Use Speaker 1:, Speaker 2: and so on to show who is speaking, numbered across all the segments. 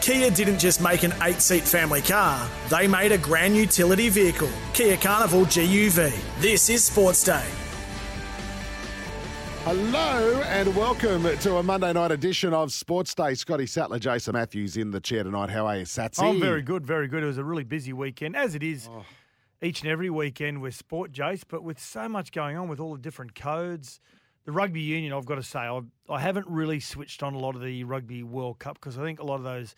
Speaker 1: Kia didn't just make an eight seat family car, they made a grand utility vehicle, Kia Carnival GUV. This is Sports Day.
Speaker 2: Hello and welcome to a Monday night edition of Sports Day. Scotty Sattler, Jason Matthews in the chair tonight. How are you, Satsy?
Speaker 3: I'm very good, very good. It was a really busy weekend, as it is each and every weekend with sport, Jace, but with so much going on with all the different codes. The rugby union, I've got to say, I, I haven't really switched on a lot of the Rugby World Cup because I think a lot of those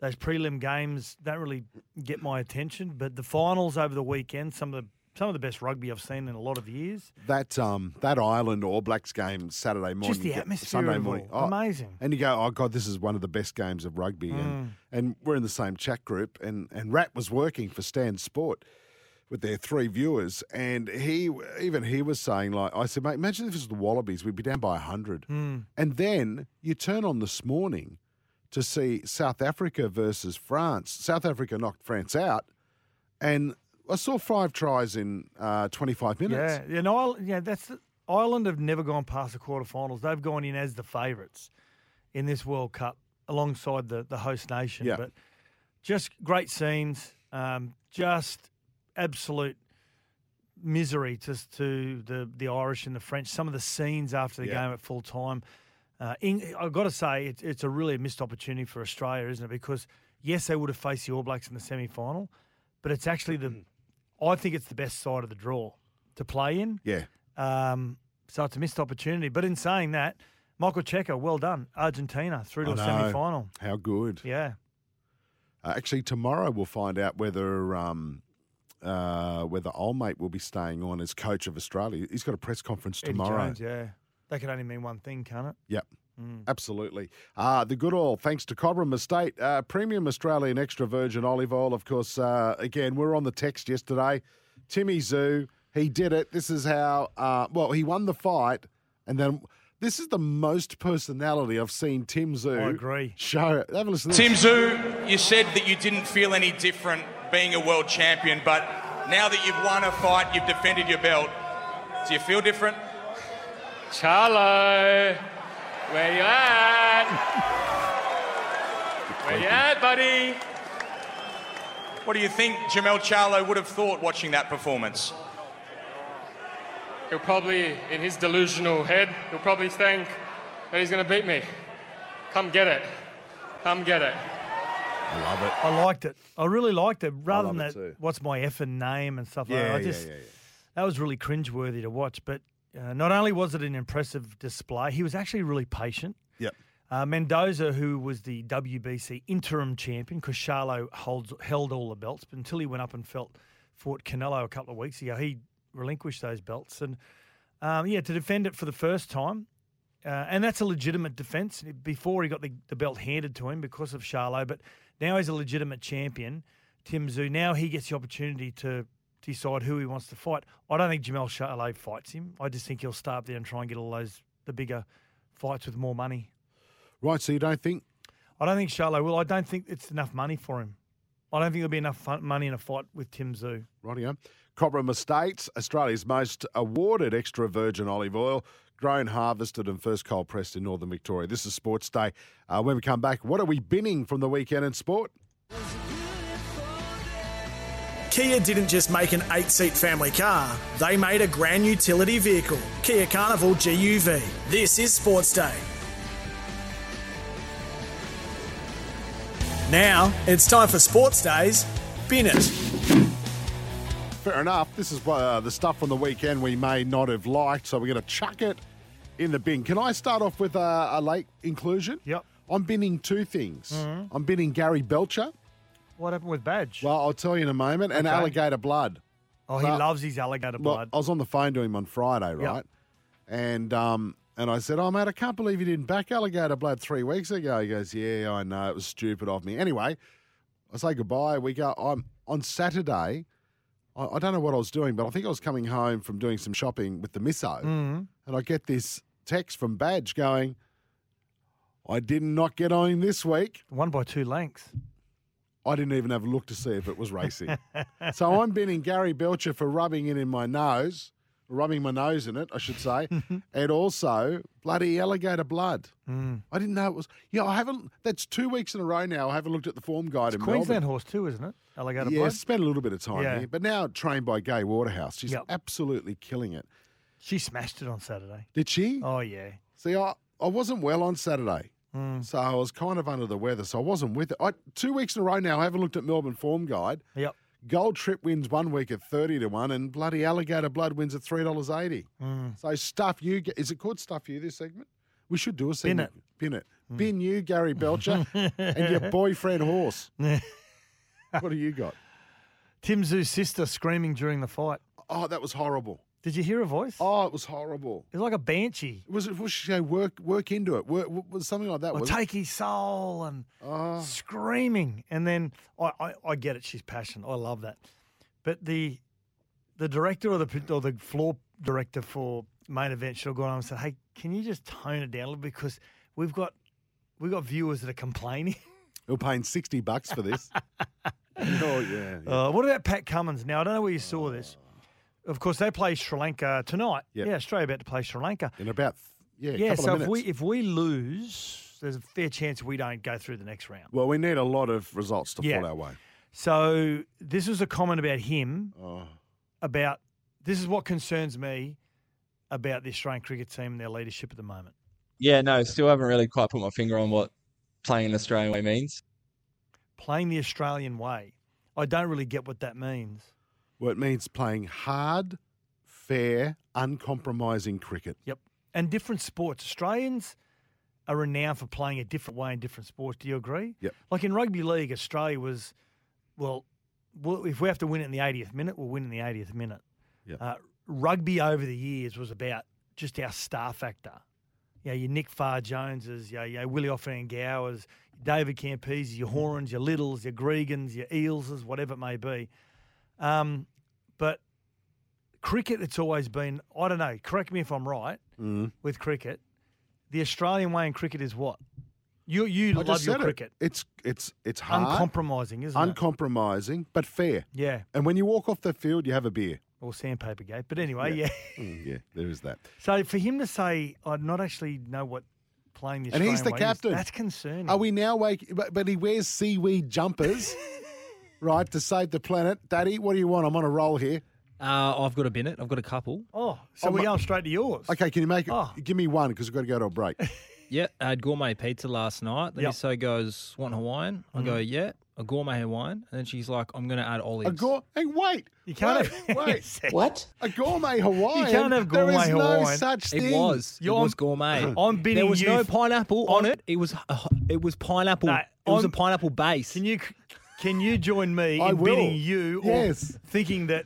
Speaker 3: those prelim games don't really get my attention. But the finals over the weekend, some of the some of the best rugby I've seen in a lot of years.
Speaker 2: That um that Ireland All Blacks game Saturday morning,
Speaker 3: Just the
Speaker 2: you get-
Speaker 3: atmosphere
Speaker 2: Sunday
Speaker 3: of it
Speaker 2: morning,
Speaker 3: all. Amazing. Mm.
Speaker 2: And you go, oh god, this is one of the best games of rugby, and, and we're in the same chat group, and and Rat was working for Stan Sport with their three viewers, and he even he was saying like, I said, mate, imagine if this was the Wallabies, we'd be down by hundred, and then you turn on this morning to see South Africa versus France. South Africa knocked France out, and. I saw five tries in uh, 25 minutes.
Speaker 3: Yeah, yeah, no, I'll- yeah. That's the, Ireland have never gone past the quarterfinals. They've gone in as the favourites in this World Cup alongside the the host nation.
Speaker 2: Yeah.
Speaker 3: But just great scenes, um, just absolute misery to to the the Irish and the French. Some of the scenes after the
Speaker 2: Yeah.
Speaker 3: game at full time. Uh, Eng- I've got to say, it, it's a really missed opportunity for Australia, isn't it? Because yes, they would have faced the All Blacks in the semi final, but it's actually the
Speaker 2: Mm-hmm.
Speaker 3: I think it's the best side of the draw to play in.
Speaker 2: Yeah.
Speaker 3: Um, so it's a missed opportunity. But in saying that, Michael Checker, well done. Argentina through to a semi final.
Speaker 2: How good.
Speaker 3: Yeah.
Speaker 2: Uh, actually, tomorrow we'll find out whether um, uh, whether old mate will be staying on as coach of Australia. He's got a press conference
Speaker 3: Eddie
Speaker 2: tomorrow.
Speaker 3: Jones, yeah. That can only mean one thing, can't it?
Speaker 2: Yep. Absolutely. Uh, the good oil, thanks to Cobram Estate. Uh, premium Australian extra virgin olive oil, of course. Uh, again, we are on the text yesterday. Timmy Zoo, he did it. This is how, uh, well, he won the fight. And then this is the most personality I've seen Tim Zoo
Speaker 3: I agree.
Speaker 2: show. Have a listen to this.
Speaker 4: Tim Zoo, you said that you didn't feel any different being a world champion, but now that you've won a fight, you've defended your belt, do you feel different?
Speaker 5: Charlo, where you at? Where you at, buddy?
Speaker 4: What do you think Jamel Charlo would have thought watching that performance?
Speaker 5: He'll probably, in his delusional head, he'll probably think that he's going to beat me. Come get it. Come get it.
Speaker 2: I love it.
Speaker 3: I liked it. I really liked it. Rather than
Speaker 2: love it
Speaker 3: that,
Speaker 2: too.
Speaker 3: what's my effing name and stuff like
Speaker 2: Yeah,
Speaker 3: that. I
Speaker 2: yeah,
Speaker 3: just,
Speaker 2: yeah, yeah.
Speaker 3: That was really cringeworthy to watch. But uh, not only was it an impressive display, he was actually really patient.
Speaker 2: Yep.
Speaker 3: Uh, Mendoza, who was the WBC interim champion, because Charlo holds, held all the belts, but until he went up and felt fought Canelo a couple of weeks ago, he relinquished those belts. And um, yeah, to defend it for the first time, uh, and that's a legitimate defence. Before he got the, the belt handed to him because of Charlo, but now he's a legitimate champion. Tim Zoo now he gets the opportunity to decide who he wants to fight. I don't think Jamel Charlo fights him. I just think he'll start up there and try and get all those the bigger fights with more money.
Speaker 2: Right, so you don't think
Speaker 3: I don't think Charlo will. I don't think it's enough money for him. I don't think there'll be enough fun, money in a fight with Tim Zoo.
Speaker 2: Rightio. Cobram Estates, Australia's most awarded extra virgin olive oil, grown, harvested, and first cold pressed in northern Victoria. This is Sports Day. Uh, when we come back, what are we binning from the weekend in sport?
Speaker 1: Kia didn't just make an eight seat family car, they made a grand utility vehicle, Kia Carnival GUV. This is Sports Day. Now it's time for Sports Day's Bennett.
Speaker 2: Fair enough. This is uh, the stuff from the weekend we may not have liked, so we're going to chuck it in the bin. Can I start off with a, a late inclusion?
Speaker 3: Yep. Mm-hmm.
Speaker 2: I'm binning two things. I'm binning Gary Belcher.
Speaker 3: What happened with Badge?
Speaker 2: Well, I'll tell you in a moment. And
Speaker 3: Okay.
Speaker 2: Alligator Blood.
Speaker 3: oh, he
Speaker 2: well-
Speaker 3: loves his alligator
Speaker 2: Well, uh,
Speaker 3: blood.
Speaker 2: I was on the phone to him on Friday, right? And um, And I said, Oh, mate, I can't believe you didn't back Alligator Blood three weeks ago. He goes, Yeah, I know. It was stupid of me. Anyway, I say goodbye. We go, I'm on Saturday. I, I don't know what I was doing, but I think I was coming home from doing some shopping with the misso. And I get this text from Badge going, I did not get on him this week.
Speaker 3: One by two lengths.
Speaker 2: I didn't even have a look to see if it was racing. so I'm binning Gary Belcher for rubbing it in my nose, rubbing my nose in it, I should say, and also bloody alligator blood.
Speaker 3: Hmm.
Speaker 2: I didn't know it was. Yeah, I haven't. That's two weeks in a row now. I haven't looked at the form guide in
Speaker 3: Queensland
Speaker 2: Melbourne.
Speaker 3: horse too, isn't it? Alligator
Speaker 2: Yeah,
Speaker 3: blood.
Speaker 2: spent a little bit of time
Speaker 3: Yeah.
Speaker 2: here, but now trained by Gay Waterhouse. She's
Speaker 3: Yep.
Speaker 2: absolutely killing it.
Speaker 3: She smashed it on Saturday.
Speaker 2: Did she?
Speaker 3: Oh yeah.
Speaker 2: See, I, I wasn't well on Saturday.
Speaker 3: Hmm.
Speaker 2: So I was kind of under the weather, so I wasn't with it. I, two weeks in a row now, I haven't looked at Melbourne form guide.
Speaker 3: Yep.
Speaker 2: Gold Trip wins one week at thirty to one, and bloody Alligator Blood wins at three dollars eighty.
Speaker 3: Hmm.
Speaker 2: So stuff you. Ga- Is it called stuff you? This segment. We should do a segment. Bin it.
Speaker 3: Hmm.
Speaker 2: Bin it. Bin you, Gary Belcher, and your boyfriend horse. what do you got?
Speaker 3: Tim Zoo's sister screaming during the fight.
Speaker 2: Oh, that was horrible.
Speaker 3: Did you hear a voice?
Speaker 2: Oh, it was horrible.
Speaker 3: It was like a banshee.
Speaker 2: Was it? Was she say work work into it? Work, was something like that?
Speaker 3: Well,
Speaker 2: was Oh, it? Oh.
Speaker 3: take his soul and screaming. And then I, I, I get it. She's passionate. I love that. But the the director or the pro- or the floor director for main event should have gone on and said, "Hey, can you just tone it down a little because we've got we've got viewers that are complaining."
Speaker 2: We're paying sixty bucks for this. oh yeah. yeah.
Speaker 3: Uh, what about Pat Cummins? Now I don't know where you saw this. Of course, they play Sri Lanka tonight.
Speaker 2: Uh. Yep.
Speaker 3: Yeah, Australia about to play Sri Lanka.
Speaker 2: In about yeah, a
Speaker 3: Yeah,
Speaker 2: couple
Speaker 3: so
Speaker 2: of
Speaker 3: if
Speaker 2: minutes.
Speaker 3: we if we lose, there's a fair chance we don't go through the next round.
Speaker 2: well, we need a lot of results to
Speaker 3: Yeah.
Speaker 2: fall our way.
Speaker 3: So this was a comment about him
Speaker 2: Oh.
Speaker 3: about this is what concerns me about the Australian cricket team and their leadership at the moment.
Speaker 6: Yeah, no, still haven't really quite put my finger on what playing the Australian way means.
Speaker 3: Playing the Australian way. I don't really get what that means.
Speaker 2: Well, it means playing hard, fair, uncompromising cricket.
Speaker 3: Yep. And different sports. Australians are renowned for playing a different way in different sports. Do you agree?
Speaker 2: Yep.
Speaker 3: Like in rugby league, Australia was, well, well if we have to win it in the 80th minute, we'll win in the 80th minute.
Speaker 2: Yep.
Speaker 3: Uh, rugby over the years was about just our star factor. You know, your Nick Farr Joneses, you know, your Willie Offan Gowers, David Campese,
Speaker 2: Mm-hmm.
Speaker 3: your Horns, your Littles, your Gregans, your Eelses, whatever it may be. Um, but cricket, it's always been, I don't know, correct me if I'm right
Speaker 2: Mm-hmm.
Speaker 3: with cricket. The Australian way in cricket is what? You you
Speaker 2: I
Speaker 3: love
Speaker 2: just
Speaker 3: your
Speaker 2: said it.
Speaker 3: cricket.
Speaker 2: It's it's it's hard,
Speaker 3: Uncompromising, isn't it?
Speaker 2: uncompromising, but fair.
Speaker 3: Yeah,
Speaker 2: And when you walk off the field, you have a beer.
Speaker 3: or sandpaper gate. But anyway, yeah.
Speaker 2: Mm, yeah, there is that.
Speaker 3: So for him to say, I not actually know what playing the
Speaker 2: And
Speaker 3: Australian
Speaker 2: he's the
Speaker 3: way
Speaker 2: captain.
Speaker 3: is, that's concerning.
Speaker 2: Are we now wake? But, but he wears seaweed jumpers, right, to save the planet. Daddy, what do you want? I'm on a roll here.
Speaker 7: Uh, I've got a Bennett. I've got a couple.
Speaker 3: Oh, so
Speaker 2: Oh,
Speaker 3: we're
Speaker 2: my-
Speaker 3: going straight to yours.
Speaker 2: Okay, can you make it?
Speaker 3: Oh.
Speaker 2: Give me one because we've got to go to a break.
Speaker 7: Yeah, I had gourmet pizza last night. The
Speaker 3: Yep.
Speaker 7: miso goes, want Hawaiian? I go, yeah, a gourmet Hawaiian. And then she's like, I'm going to add olives.
Speaker 2: A gour- hey, wait.
Speaker 3: You can't
Speaker 2: Wait.
Speaker 3: have
Speaker 2: wait.
Speaker 8: What?
Speaker 2: A gourmet Hawaiian.
Speaker 3: can't have
Speaker 2: There
Speaker 3: gourmet
Speaker 2: is no
Speaker 3: Hawaiian.
Speaker 2: such
Speaker 7: it
Speaker 2: thing.
Speaker 7: was. It
Speaker 3: You're-
Speaker 7: was gourmet.
Speaker 3: I'm bidding
Speaker 7: There was
Speaker 3: you
Speaker 7: no
Speaker 3: f-
Speaker 7: pineapple on
Speaker 3: I'm-
Speaker 7: it. It was uh, it was pineapple.
Speaker 3: No,
Speaker 7: it was a
Speaker 3: I'm-
Speaker 7: pineapple base.
Speaker 3: Can you can you join me
Speaker 2: I
Speaker 3: in
Speaker 2: will.
Speaker 3: bidding you
Speaker 2: Yes.
Speaker 3: or thinking that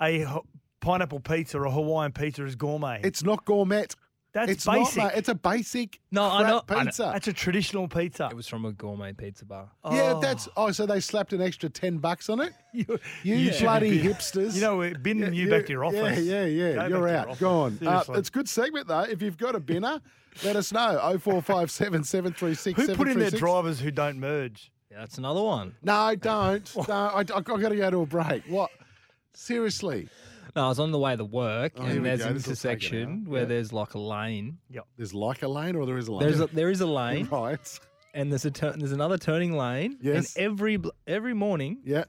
Speaker 3: a ho- pineapple pizza or Hawaiian pizza is gourmet?
Speaker 2: It's not gourmet.
Speaker 3: That's
Speaker 2: it's
Speaker 3: basic.
Speaker 2: Not, mate. it's a basic
Speaker 7: No, I
Speaker 2: crap
Speaker 7: know- I know.
Speaker 2: pizza.
Speaker 3: that's a traditional pizza.
Speaker 7: it was from a gourmet pizza bar.
Speaker 2: yeah, that's oh, so they slapped an extra ten bucks on it.
Speaker 3: you,
Speaker 2: You
Speaker 3: should
Speaker 2: bloody
Speaker 3: be-
Speaker 2: hipsters.
Speaker 3: You know, we're binning you
Speaker 2: Yeah,
Speaker 3: back to your office.
Speaker 2: Yeah, yeah, yeah.
Speaker 3: Go back
Speaker 2: You're out.
Speaker 3: to your office.
Speaker 2: Gone. Uh,
Speaker 3: Seriously.
Speaker 2: it's a good segment though. If you've got a binner, let us know. Oh four five seven seven three six.
Speaker 3: Who put in their drivers who don't merge?
Speaker 7: Yeah, that's another one.
Speaker 2: No, don't. no, I, I got to go to a break. What? Seriously,
Speaker 7: No, I was on the way to work,
Speaker 2: here we
Speaker 7: and there's
Speaker 2: go.
Speaker 7: an
Speaker 2: This'll take it
Speaker 7: intersection
Speaker 2: out.
Speaker 7: where
Speaker 2: Yeah.
Speaker 7: there's like a lane.
Speaker 2: there's like a lane or there is a lane.
Speaker 7: There's a, there is a lane,
Speaker 2: right.
Speaker 7: and there's a turn, there's another turning lane.
Speaker 2: Yes.
Speaker 7: And every bl- every morning,
Speaker 2: Yeah.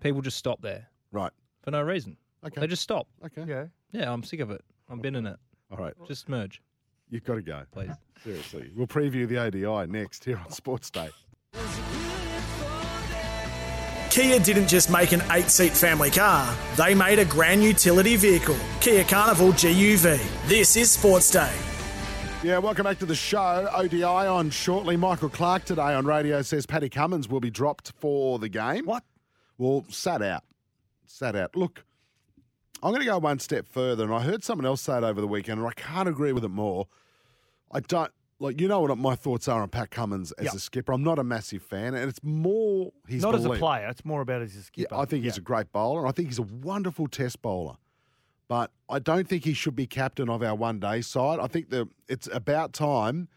Speaker 7: people just stop there
Speaker 2: Right.
Speaker 7: for no reason.
Speaker 2: Okay.
Speaker 7: They just stop.
Speaker 2: Okay.
Speaker 3: Yeah.
Speaker 7: Yeah, I'm sick of it. I'm binning it.
Speaker 2: All right.
Speaker 7: Just merge,
Speaker 2: You've got to go.
Speaker 7: please.
Speaker 2: Seriously. We'll preview the ADI next here on Sports Day.
Speaker 1: Kia didn't just make an eight seat family car, they made a grand utility vehicle, Kia Carnival GUV. This is Sports Day.
Speaker 2: Yeah, welcome back to the show. ODI on shortly. Michael Clark today on radio says Paddy Cummins will be dropped for the game.
Speaker 3: What?
Speaker 2: Well, sat out. Sat out. Look, I'm going to go one step further, and I heard someone else say it over the weekend, and I can't agree with it more. I don't like you know what my thoughts are on Pat Cummins as
Speaker 3: Yep.
Speaker 2: a skipper. I'm not a massive fan, and it's more he's
Speaker 3: Not as a
Speaker 2: belief.
Speaker 3: player. It's more about as a
Speaker 2: Yeah,
Speaker 3: skipper.
Speaker 2: I think he's a great bowler. I think he's a wonderful test bowler. But I don't think he should be captain of our one day side. I think the it's about time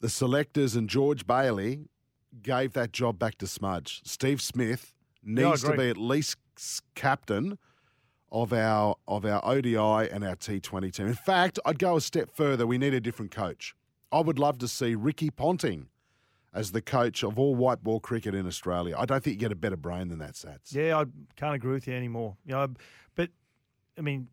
Speaker 2: the selectors and George Bailey gave that job back to Smudge. Steve Smith
Speaker 3: I
Speaker 2: needs to
Speaker 3: agree.
Speaker 2: be at least s- captain of our of our ODI and our T twenty team. In fact, I'd go a step further. We need a different coach. I would love to see Ricky Ponting as the coach of all white ball cricket in Australia. I don't think you get a better brain than that, Sats.
Speaker 3: Yeah, I can't agree with you anymore. You know, but I mean,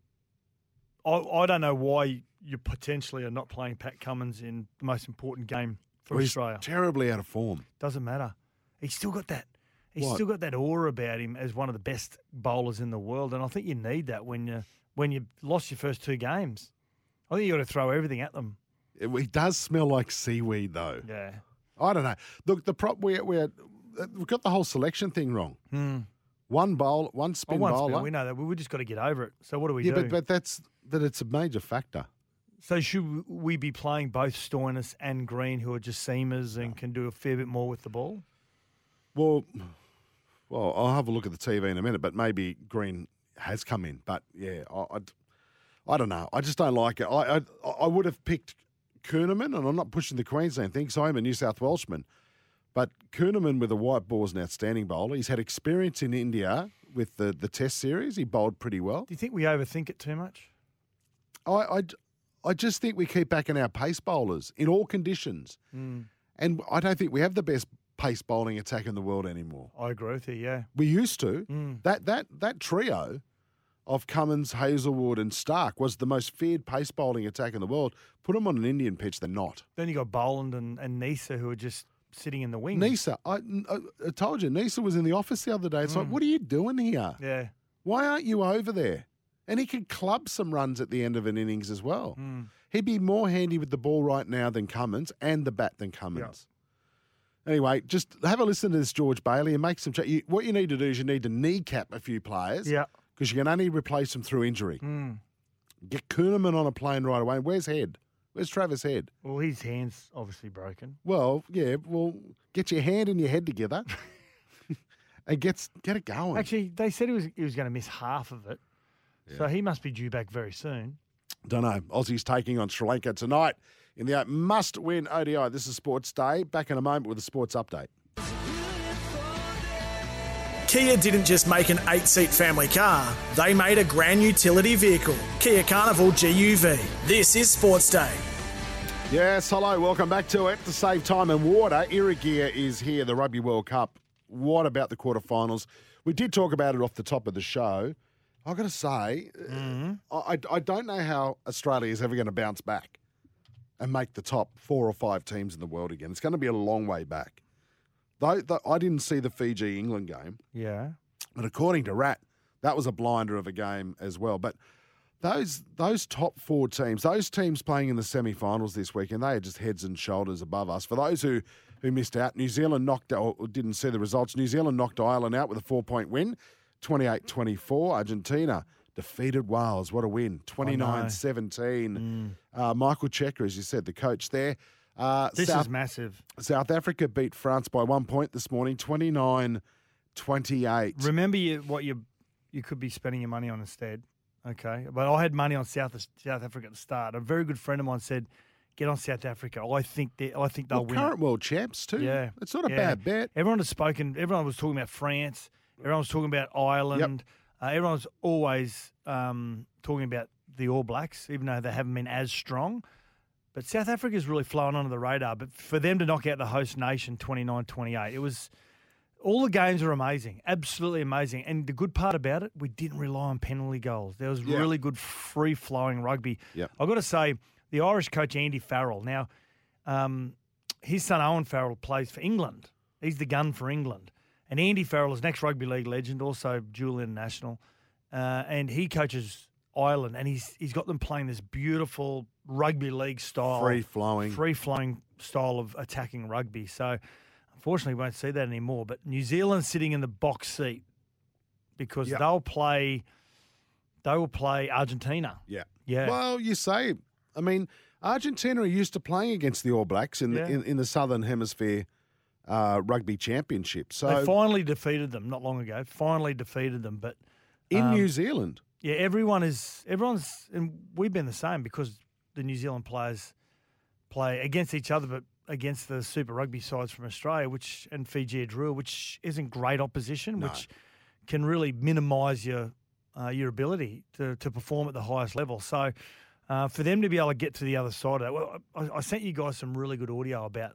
Speaker 3: I, I don't know why you potentially are not playing Pat Cummins in the most important game for
Speaker 2: Well, he's
Speaker 3: Australia.
Speaker 2: terribly out of form.
Speaker 3: Doesn't matter. He's still got that. He's
Speaker 2: What?
Speaker 3: still got that aura about him as one of the best bowlers in the world, and I think you need that when you when you lost your first two games. I think you got to throw everything at them.
Speaker 2: It- He does smell like seaweed, though.
Speaker 3: Yeah.
Speaker 2: I don't know. Look, the prop we we we've got the whole selection thing wrong. One bowl,
Speaker 3: Hmm.
Speaker 2: one
Speaker 3: Oh,
Speaker 2: spin
Speaker 3: once
Speaker 2: bowler.
Speaker 3: we know that. We we just got to get over it. So what do we
Speaker 2: yeah,
Speaker 3: do?
Speaker 2: but but that's that. It's a major factor.
Speaker 3: So should we be playing both Stoinis and Green, who are just seamers and can do a fair bit more with the ball?
Speaker 2: Well, well, I'll have a look at the TV in a minute, but maybe Green has come in. But yeah, I, I'd- I, don't know. I just don't like it. I, I, I would have picked Kuhneman, and I'm not pushing the Queensland thing, so I'm a New South Welshman. But Kuhneman with a white ball is an outstanding bowler. He's had experience in India with the, the Test series. He bowled pretty well.
Speaker 3: Do you think we overthink it too much?
Speaker 2: I, I, I just think we keep backing our pace bowlers in all conditions, and I don't think we have the best pace bowling attack in the world anymore.
Speaker 3: I agree with you. Yeah,
Speaker 2: We used to.
Speaker 3: Mm.
Speaker 2: That that that trio of Cummins, Hazelwood, and Stark was the most feared pace bowling attack in the world. Put them on an Indian pitch, they're not.
Speaker 3: then you got Boland and, and Nisa, who are just sitting in the wings.
Speaker 2: Nisa, I, I I told you, Nisa was in the office the other day. It's like, what are you doing here?
Speaker 3: Yeah,
Speaker 2: Why aren't you over there? And he could club some runs at the end of an innings as well. He'd be more handy with the ball right now than Cummins and the bat than Cummins. Anyway, just have a listen to this George Bailey and make some. Ch- you, what you need to do is you need to kneecap a few players.
Speaker 3: yeah.
Speaker 2: because you can only replace them through injury. Get Kuhneman on a plane right away. Where's Head? Where's Travis Head?
Speaker 3: Well, his hands obviously broken.
Speaker 2: Well, yeah, well, get your hand and your head together and get, get it going.
Speaker 3: Actually, they said he was he was going to miss half of it, so he must be due back very soon.
Speaker 2: Don't know. Aussies taking on Sri Lanka tonight in the must win ODI. This is Sports Day. Back in a moment with a sports update.
Speaker 1: Kia didn't just make an eight seat family car, they made a grand utility vehicle, Kia Carnival GUV. This is Sports Day.
Speaker 2: Yes, hello, welcome back to it. To save time and water, Irrigear is here, the Rugby World Cup. What about the quarterfinals? We did talk about it off the top of the show. I've got to say, I, I, I don't know how Australia is ever going to bounce back and make the top four or five teams in the world again. It's going to be a long way back. Though, though I didn't see the Fiji England game,
Speaker 3: Yeah.
Speaker 2: but according to Rat, that was a blinder of a game as well. But those those top four teams, those teams playing in the semi-finals this weekend, they are just heads and shoulders above us. For those who who missed out, New Zealand knocked or didn't see the results. New Zealand knocked Ireland out with a four-point win, 28-24. Argentina defeated Wales. What a win, 29-17. Uh, Michael Checker, as you said, the coach there. Uh,
Speaker 3: Mm. This
Speaker 2: South
Speaker 3: is massive.
Speaker 2: South Africa beat France by one point this morning, 29 28.
Speaker 3: Remember you, what you you could be spending your money on instead. Okay, but I had money on South South Africa at the start. A very good friend of mine said, "Get on South Africa. I think they, I think they'll
Speaker 2: Well,
Speaker 3: win." it."
Speaker 2: current world champs, too.
Speaker 3: Yeah,
Speaker 2: It's not a
Speaker 3: yeah.
Speaker 2: bad bet.
Speaker 3: Everyone has spoken. Everyone was talking about France. Everyone was talking about Ireland. Uh, everyone's always um, talking about the All Blacks, even though they haven't been as strong. But South Africa's really flown under the radar. But for them to knock out the host nation 29-28, it was all the games were amazing, absolutely amazing. And the good part about it, we didn't rely on penalty goals. There was
Speaker 2: Yeah.
Speaker 3: really good free flowing rugby.
Speaker 2: Yep.
Speaker 3: I've got to say, the Irish coach Andy Farrell. Now, um, his son Owen Farrell plays for England. He's the gun for England. And Andy Farrell is an ex rugby league legend, also dual international, uh, and he coaches Ireland. And he's he's got them playing this beautiful rugby league style,
Speaker 2: Free flowing.
Speaker 3: free flowing style of attacking rugby. So, unfortunately, we won't see that anymore. But New Zealand's sitting in the box seat because
Speaker 2: Yep.
Speaker 3: they'll play they will play Argentina.
Speaker 2: Yeah.
Speaker 3: Yeah.
Speaker 2: Well, you say, I mean, Argentina are used to playing against the All Blacks in
Speaker 3: Yeah.
Speaker 2: the in, in the Southern Hemisphere uh, Rugby Championship.
Speaker 3: They
Speaker 2: So
Speaker 3: finally defeated them not long ago. Finally defeated them, but
Speaker 2: in
Speaker 3: um,
Speaker 2: New Zealand,
Speaker 3: yeah, everyone is everyone's, and we've been the same because the New Zealand players play against each other, but against the Super Rugby sides from Australia, which and Fiji Drua, which isn't great opposition, which can really minimise your uh, your ability to, to perform at the highest level. So. Uh, for them to be able to get to the other side of that, well, I, I sent you guys some really good audio about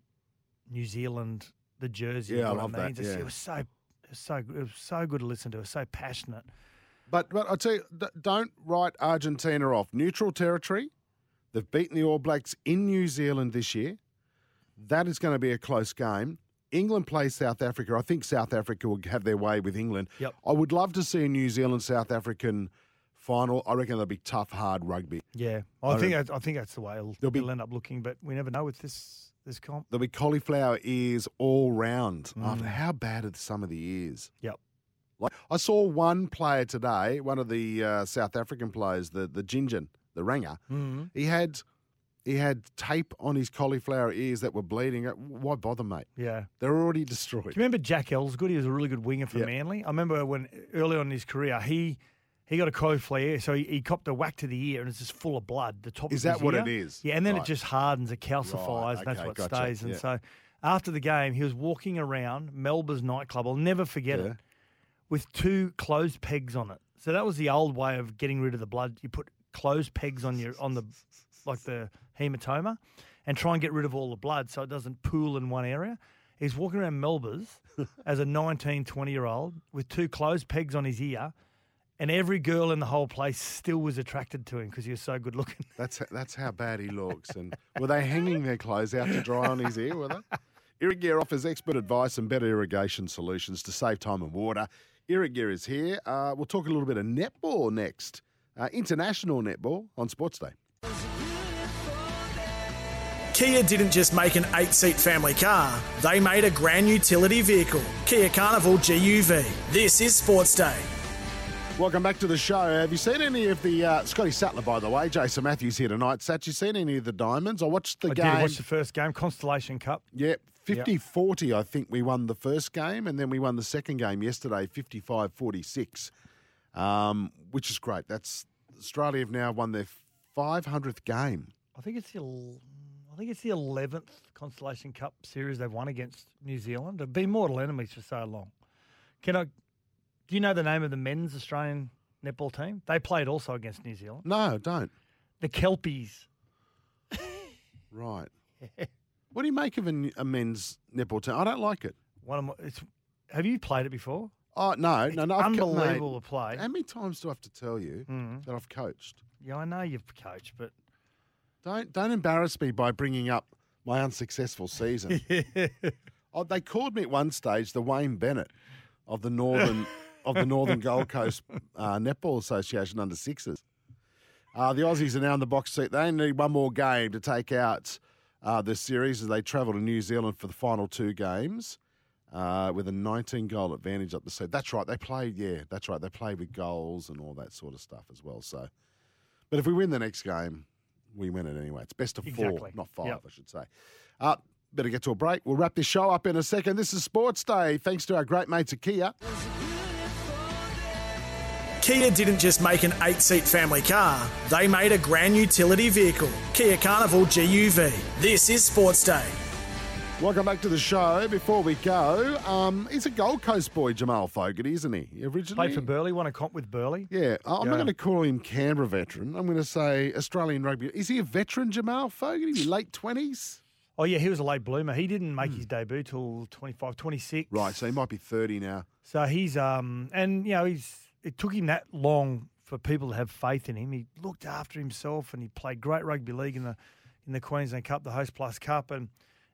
Speaker 3: New Zealand, the jersey.
Speaker 2: Yeah, I
Speaker 3: what it
Speaker 2: love that,
Speaker 3: means. It's-
Speaker 2: yeah.
Speaker 3: It was so, it was so, good- it was so good to listen to. It was so passionate.
Speaker 2: but but I tell you, d- don't write Argentina off. Neutral territory. They've beaten the All Blacks in New Zealand this year. That is going to be a close game. England plays South Africa. I think South Africa will have their way with England.
Speaker 3: Yep.
Speaker 2: I would love to see a New Zealand South African final. I reckon that'll be tough, hard rugby.
Speaker 3: Yeah, I, think that's, I think that's the way it'll,
Speaker 2: There'll be-
Speaker 3: it'll end up looking, but we never know with this this comp.
Speaker 2: There'll be cauliflower ears all round. After how bad are some of the ears?
Speaker 3: Mm. Yep.
Speaker 2: Like I saw one player today, one of the uh, South African players, the the Gingin, the Ranger. He had he had tape on his cauliflower ears that were bleeding. Uh, Why bother, mate?
Speaker 3: Yeah.
Speaker 2: They're already
Speaker 3: Do
Speaker 2: destroyed.
Speaker 3: you remember Jack Elsgood? He was a really good winger for
Speaker 2: Yep.
Speaker 3: Manly. I remember when early on in his career, he he got a cauliflower, so he, he copped a whack to the ear, and it's just full of blood. The top
Speaker 2: Is
Speaker 3: of
Speaker 2: that
Speaker 3: his
Speaker 2: what
Speaker 3: ear.
Speaker 2: it is?
Speaker 3: Yeah, and then
Speaker 2: Right.
Speaker 3: it just hardens, it calcifies,
Speaker 2: Right,
Speaker 3: and that's
Speaker 2: okay,
Speaker 3: what
Speaker 2: gotcha,
Speaker 3: stays. And
Speaker 2: yeah.
Speaker 3: so after the game, he was walking around Melbourne's nightclub. I'll never forget
Speaker 2: Yeah.
Speaker 3: it with two clothes pegs on it. So that was the old way of getting rid of the blood. You put clothes pegs on your on the like the hematoma, and try and get rid of all the blood so it doesn't pool in one area. He's walking around Melbourne's as a 19, 20 year old with two clothes pegs on his ear, and every girl in the whole place still was attracted to him because he was so good looking.
Speaker 2: That's that's how bad he looks. And were they hanging their clothes out to dry on his ear? Were they? Irrigear offers expert advice and better irrigation solutions to save time and water. Irrigear is here. Uh, we'll talk a little bit of netball next. Uh, international netball on Sports Day.
Speaker 1: Kia didn't just make an eight seat family car, they made a grand utility vehicle, Kia Carnival GUV. This is Sports Day.
Speaker 2: Welcome back to the show. Have you seen any of the uh, Scotty Sattler, by the way? Jason Matthews here tonight. Sat, you seen any of the diamonds? I watched the
Speaker 3: I
Speaker 2: game.
Speaker 3: did watch the first game, Constellation Cup.
Speaker 2: Yeah, 50 40, I think we won the first game, and then we won the second game yesterday, 55 46, um, which is great. That's Australia have now won their 500th game.
Speaker 3: I think it's the el- I think it's the eleventh Constellation Cup series they've won against New Zealand. They've been mortal enemies for so long. Can I? Do you know the name of the men's Australian netball team? They played also against New Zealand.
Speaker 2: No, don't.
Speaker 3: The Kelpies.
Speaker 2: Right. What do you make of a, n- a men's netball team? I don't like it.
Speaker 3: One of my, it's. Have you played it before?
Speaker 2: Oh, no, no, no. I've co- mate, Mm.
Speaker 3: Unbelievable to play.
Speaker 2: how many times do I have to tell you that I've coached?
Speaker 3: Yeah, I know you've coached, but
Speaker 2: Don't don't embarrass me by bringing up my unsuccessful season. oh, they called me at one stage the Wayne Bennett of the northern of the Northern Gold Coast uh, Netball Association under sixes. Uh, the Aussies are now in the box seat. They need one more game to take out uh, the series as they travel to New Zealand for the final two games uh, with a 19 goal advantage up the seat. That's right. They played. Yeah, that's right. They played with goals and all that sort of stuff as well. So, but if we win the next game, we win it anyway. It's best of four,
Speaker 3: Exactly.
Speaker 2: not five,
Speaker 3: Yep.
Speaker 2: I should say. Uh, better get to a break. We'll wrap this show up in a second. This is Sports Day. Thanks to our great mates at Kia.
Speaker 1: Kia didn't just make an eight seat family car, they made a grand utility vehicle, Kia Carnival GUV. This is Sports Day.
Speaker 2: Welcome back to the show. Before we go, um, he's a Gold Coast boy, Jamal Fogarty, isn't he? Originally,
Speaker 3: played for Burley. Won a comp with Burley.
Speaker 2: yeah. I- I'm not
Speaker 3: Yeah.
Speaker 2: going to call him Canberra veteran. I'm going to say Australian rugby. Is he a veteran, Jamal Fogarty? Late twenties,
Speaker 3: Oh yeah, he was a late bloomer. He didn't make his debut till 25, 26.
Speaker 2: Hmm. right? So he might be thirty now.
Speaker 3: So he's um and you know he's it took him that long for people to have faith in him. He looked after himself and he played great rugby league in the in the Queensland Cup, the Host Plus Cup, and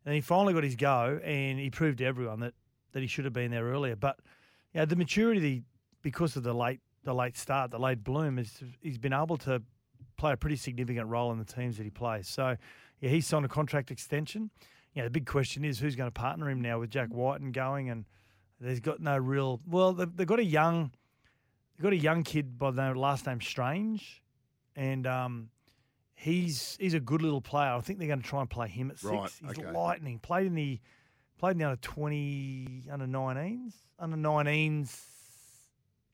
Speaker 3: and he finally got his go and he proved to everyone that that he should have been there earlier. But yeah, the maturity because of the late the late start, the late bloom is he's been able to play a pretty significant role in the teams that he plays. So yeah, he signed a contract extension. You know, the big question is who's going to partner him now with Jack
Speaker 2: Mm.
Speaker 3: White and going and They've got no real. Well, they've, they've got a young, they've got a young kid by the name- last name Strange, and um, He's he's a good little player. I think they're going to try and play him at six.
Speaker 2: Right,
Speaker 3: he's
Speaker 2: okay.
Speaker 3: lightning. Played in the played in the under twenty, under nineteens, under nineteens,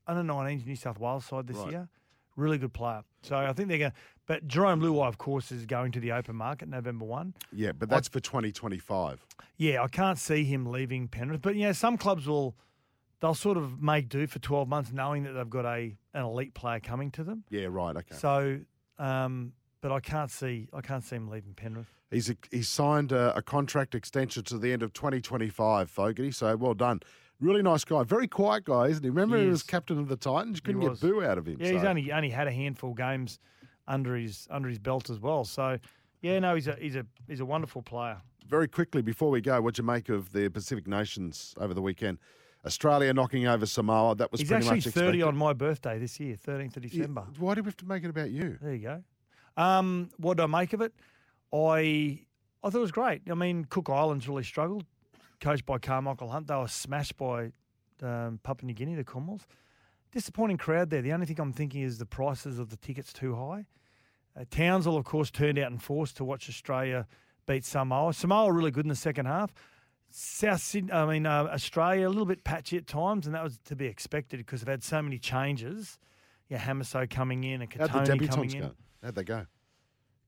Speaker 3: under nineteens New South Wales side this
Speaker 2: Right.
Speaker 3: year. Really good player. So I think they're going. to But Jerome Luai, of course, is going to the open market November one.
Speaker 2: Yeah, but that's for 2025.
Speaker 3: Yeah, I can't see him leaving Penrith. But you know, some clubs will they'll sort of make do for twelve months, knowing that they've got a an elite player coming to them.
Speaker 2: Yeah, right. Okay.
Speaker 3: So, um, but I can't see I can't see him leaving Penrith.
Speaker 2: He's he's signed a, a contract extension to the end of 2025, Fogarty. So well done. Really nice guy. Very quiet guy, isn't he? Remember
Speaker 3: He
Speaker 2: he,
Speaker 3: is.
Speaker 2: was captain of the Titans. You couldn't
Speaker 3: He
Speaker 2: get
Speaker 3: was.
Speaker 2: boo out of him.
Speaker 3: Yeah,
Speaker 2: so.
Speaker 3: he's only only had a handful of games under his under his belt as well. So, yeah, no, he's a he's a he's a wonderful player.
Speaker 2: Very quickly before we go, what do you make of the Pacific Nations over the weekend? Australia knocking over Samoa. That was
Speaker 3: he's
Speaker 2: pretty
Speaker 3: actually
Speaker 2: much
Speaker 3: thirty
Speaker 2: expected.
Speaker 3: on my birthday this year, thirteenth of
Speaker 2: Yeah,
Speaker 3: December.
Speaker 2: Why do we have to make it about you?
Speaker 3: There you go. Um, what do I make of it? I I thought it was great. I mean, Cook Islands really struggled, coached by Carmichael Hunt. They were smashed by um, Papua New Guinea, the Commonwealth. Disappointing crowd there. The only thing I'm thinking is the prices of the tickets too high. Uh, Townsville, of course, turned out in force to watch Australia beat Samoa. Samoa were really good in the second half. South Sydney, I mean uh, Australia, a little bit patchy at times, and that was to be expected because they've had so many changes. Yeah, Hamaso coming in and
Speaker 2: How'd the
Speaker 3: Katoni coming
Speaker 2: debutants
Speaker 3: in.
Speaker 2: go? How'd they go?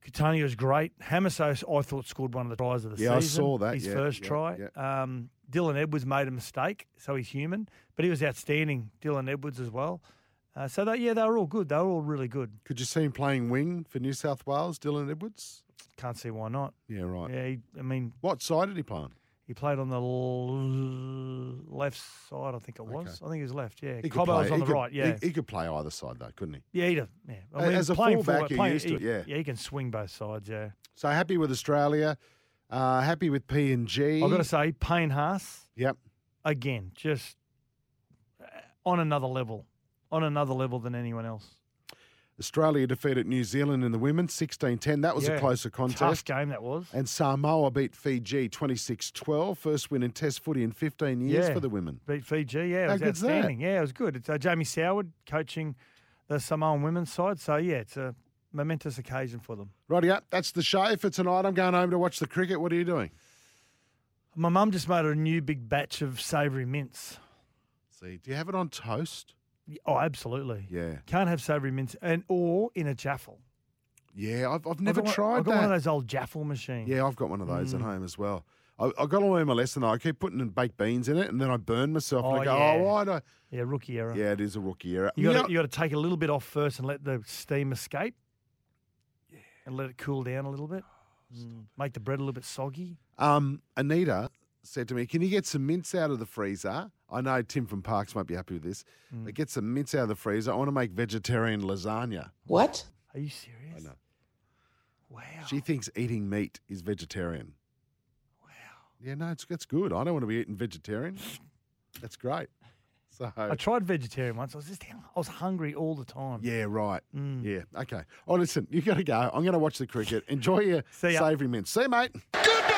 Speaker 3: Katani was great. Hamaso, I thought, scored one of the tries of the
Speaker 2: Yeah, I
Speaker 3: season.
Speaker 2: saw that,
Speaker 3: His
Speaker 2: yeah,
Speaker 3: first
Speaker 2: yeah,
Speaker 3: try. Um, Dylan Edwards made a mistake, so he's human, but he was outstanding. Dylan Edwards as well. Uh, so they, yeah, they were all good. They were all really good.
Speaker 2: Could you see him playing wing for New South Wales, Dylan Edwards?
Speaker 3: Can't see why not.
Speaker 2: Yeah, right.
Speaker 3: Yeah, he, I mean,
Speaker 2: What side did he play on?
Speaker 3: he played on the l- left side. I think it was. I think he was left. Yeah,
Speaker 2: He could
Speaker 3: Cobbo was
Speaker 2: play-
Speaker 3: on
Speaker 2: he
Speaker 3: the
Speaker 2: could-
Speaker 3: right. Yeah,
Speaker 2: he, he could play either side though, couldn't he?
Speaker 3: yeah, he does. Yeah,
Speaker 2: A- as a fullback, you're used to
Speaker 3: he,
Speaker 2: it, yeah.
Speaker 3: yeah, he can swing both sides. Yeah,
Speaker 2: So happy with Australia, uh, happy with P and G.
Speaker 3: I've got to say, Payne Haas.
Speaker 2: Yep.
Speaker 3: again, just uh, on another level, on another level than anyone else.
Speaker 2: Australia defeated New Zealand in the women 16-10. That was
Speaker 3: Yeah,
Speaker 2: a closer
Speaker 3: Tough
Speaker 2: contest.
Speaker 3: game that was.
Speaker 2: And Samoa beat Fiji 26-12, first win in Test footy in 15 years
Speaker 3: Yeah.
Speaker 2: for the women.
Speaker 3: Beat Fiji, yeah, it
Speaker 2: How
Speaker 3: was
Speaker 2: good's that?
Speaker 3: outstanding. Yeah, it was good. It's uh, Jamie Soward coaching the Samoan women's side, so yeah, it's a momentous occasion for them.
Speaker 2: Rightio, that's the show for tonight. I'm going home to watch the cricket. What are you doing?
Speaker 3: My mum just made a new big batch of savoury mince.
Speaker 2: See, do you have it on toast?
Speaker 3: Y- Oh, absolutely.
Speaker 2: Yeah.
Speaker 3: Can't have savoury mince and or in a jaffle.
Speaker 2: Yeah, I've, I've
Speaker 3: I've
Speaker 2: never
Speaker 3: got one-
Speaker 2: tried
Speaker 3: I've got
Speaker 2: that.
Speaker 3: one of those Hmm. old jaffle machines.
Speaker 2: Yeah, I've got one of those at home as well. I, I got to learn my lesson though. I keep putting in baked beans in it, and then I burn myself. and
Speaker 3: Oh,
Speaker 2: I go,
Speaker 3: yeah.
Speaker 2: oh, why do I?
Speaker 3: Yeah, rookie error.
Speaker 2: Yeah, it is a rookie error.
Speaker 3: You
Speaker 2: You
Speaker 3: got
Speaker 2: know-
Speaker 3: to you got to take a little bit off first and let the steam escape, and let it cool down a little bit.
Speaker 2: Oh,
Speaker 3: Mm, Make the bread a little bit soggy.
Speaker 2: Um, Anita said to me, "Can you get some mince out of the freezer?" I know Tim from Parks might be happy with this.
Speaker 3: Mm.
Speaker 2: But get some mince out of the freezer. I want to make vegetarian lasagna.
Speaker 8: What?
Speaker 3: Are you serious?
Speaker 2: know.
Speaker 3: Wow.
Speaker 2: She thinks eating meat is vegetarian. Wow. Yeah, no, it's that's good. I don't want to be eating vegetarian. That's great. So
Speaker 3: I tried vegetarian once. I was just I was hungry all the time.
Speaker 2: Yeah, right.
Speaker 3: Mm.
Speaker 2: Yeah. Okay. Oh, listen, you got to go. I'm going to watch the cricket. Enjoy your
Speaker 3: See ya.
Speaker 2: savoury mince. See you, mate. Goodbye.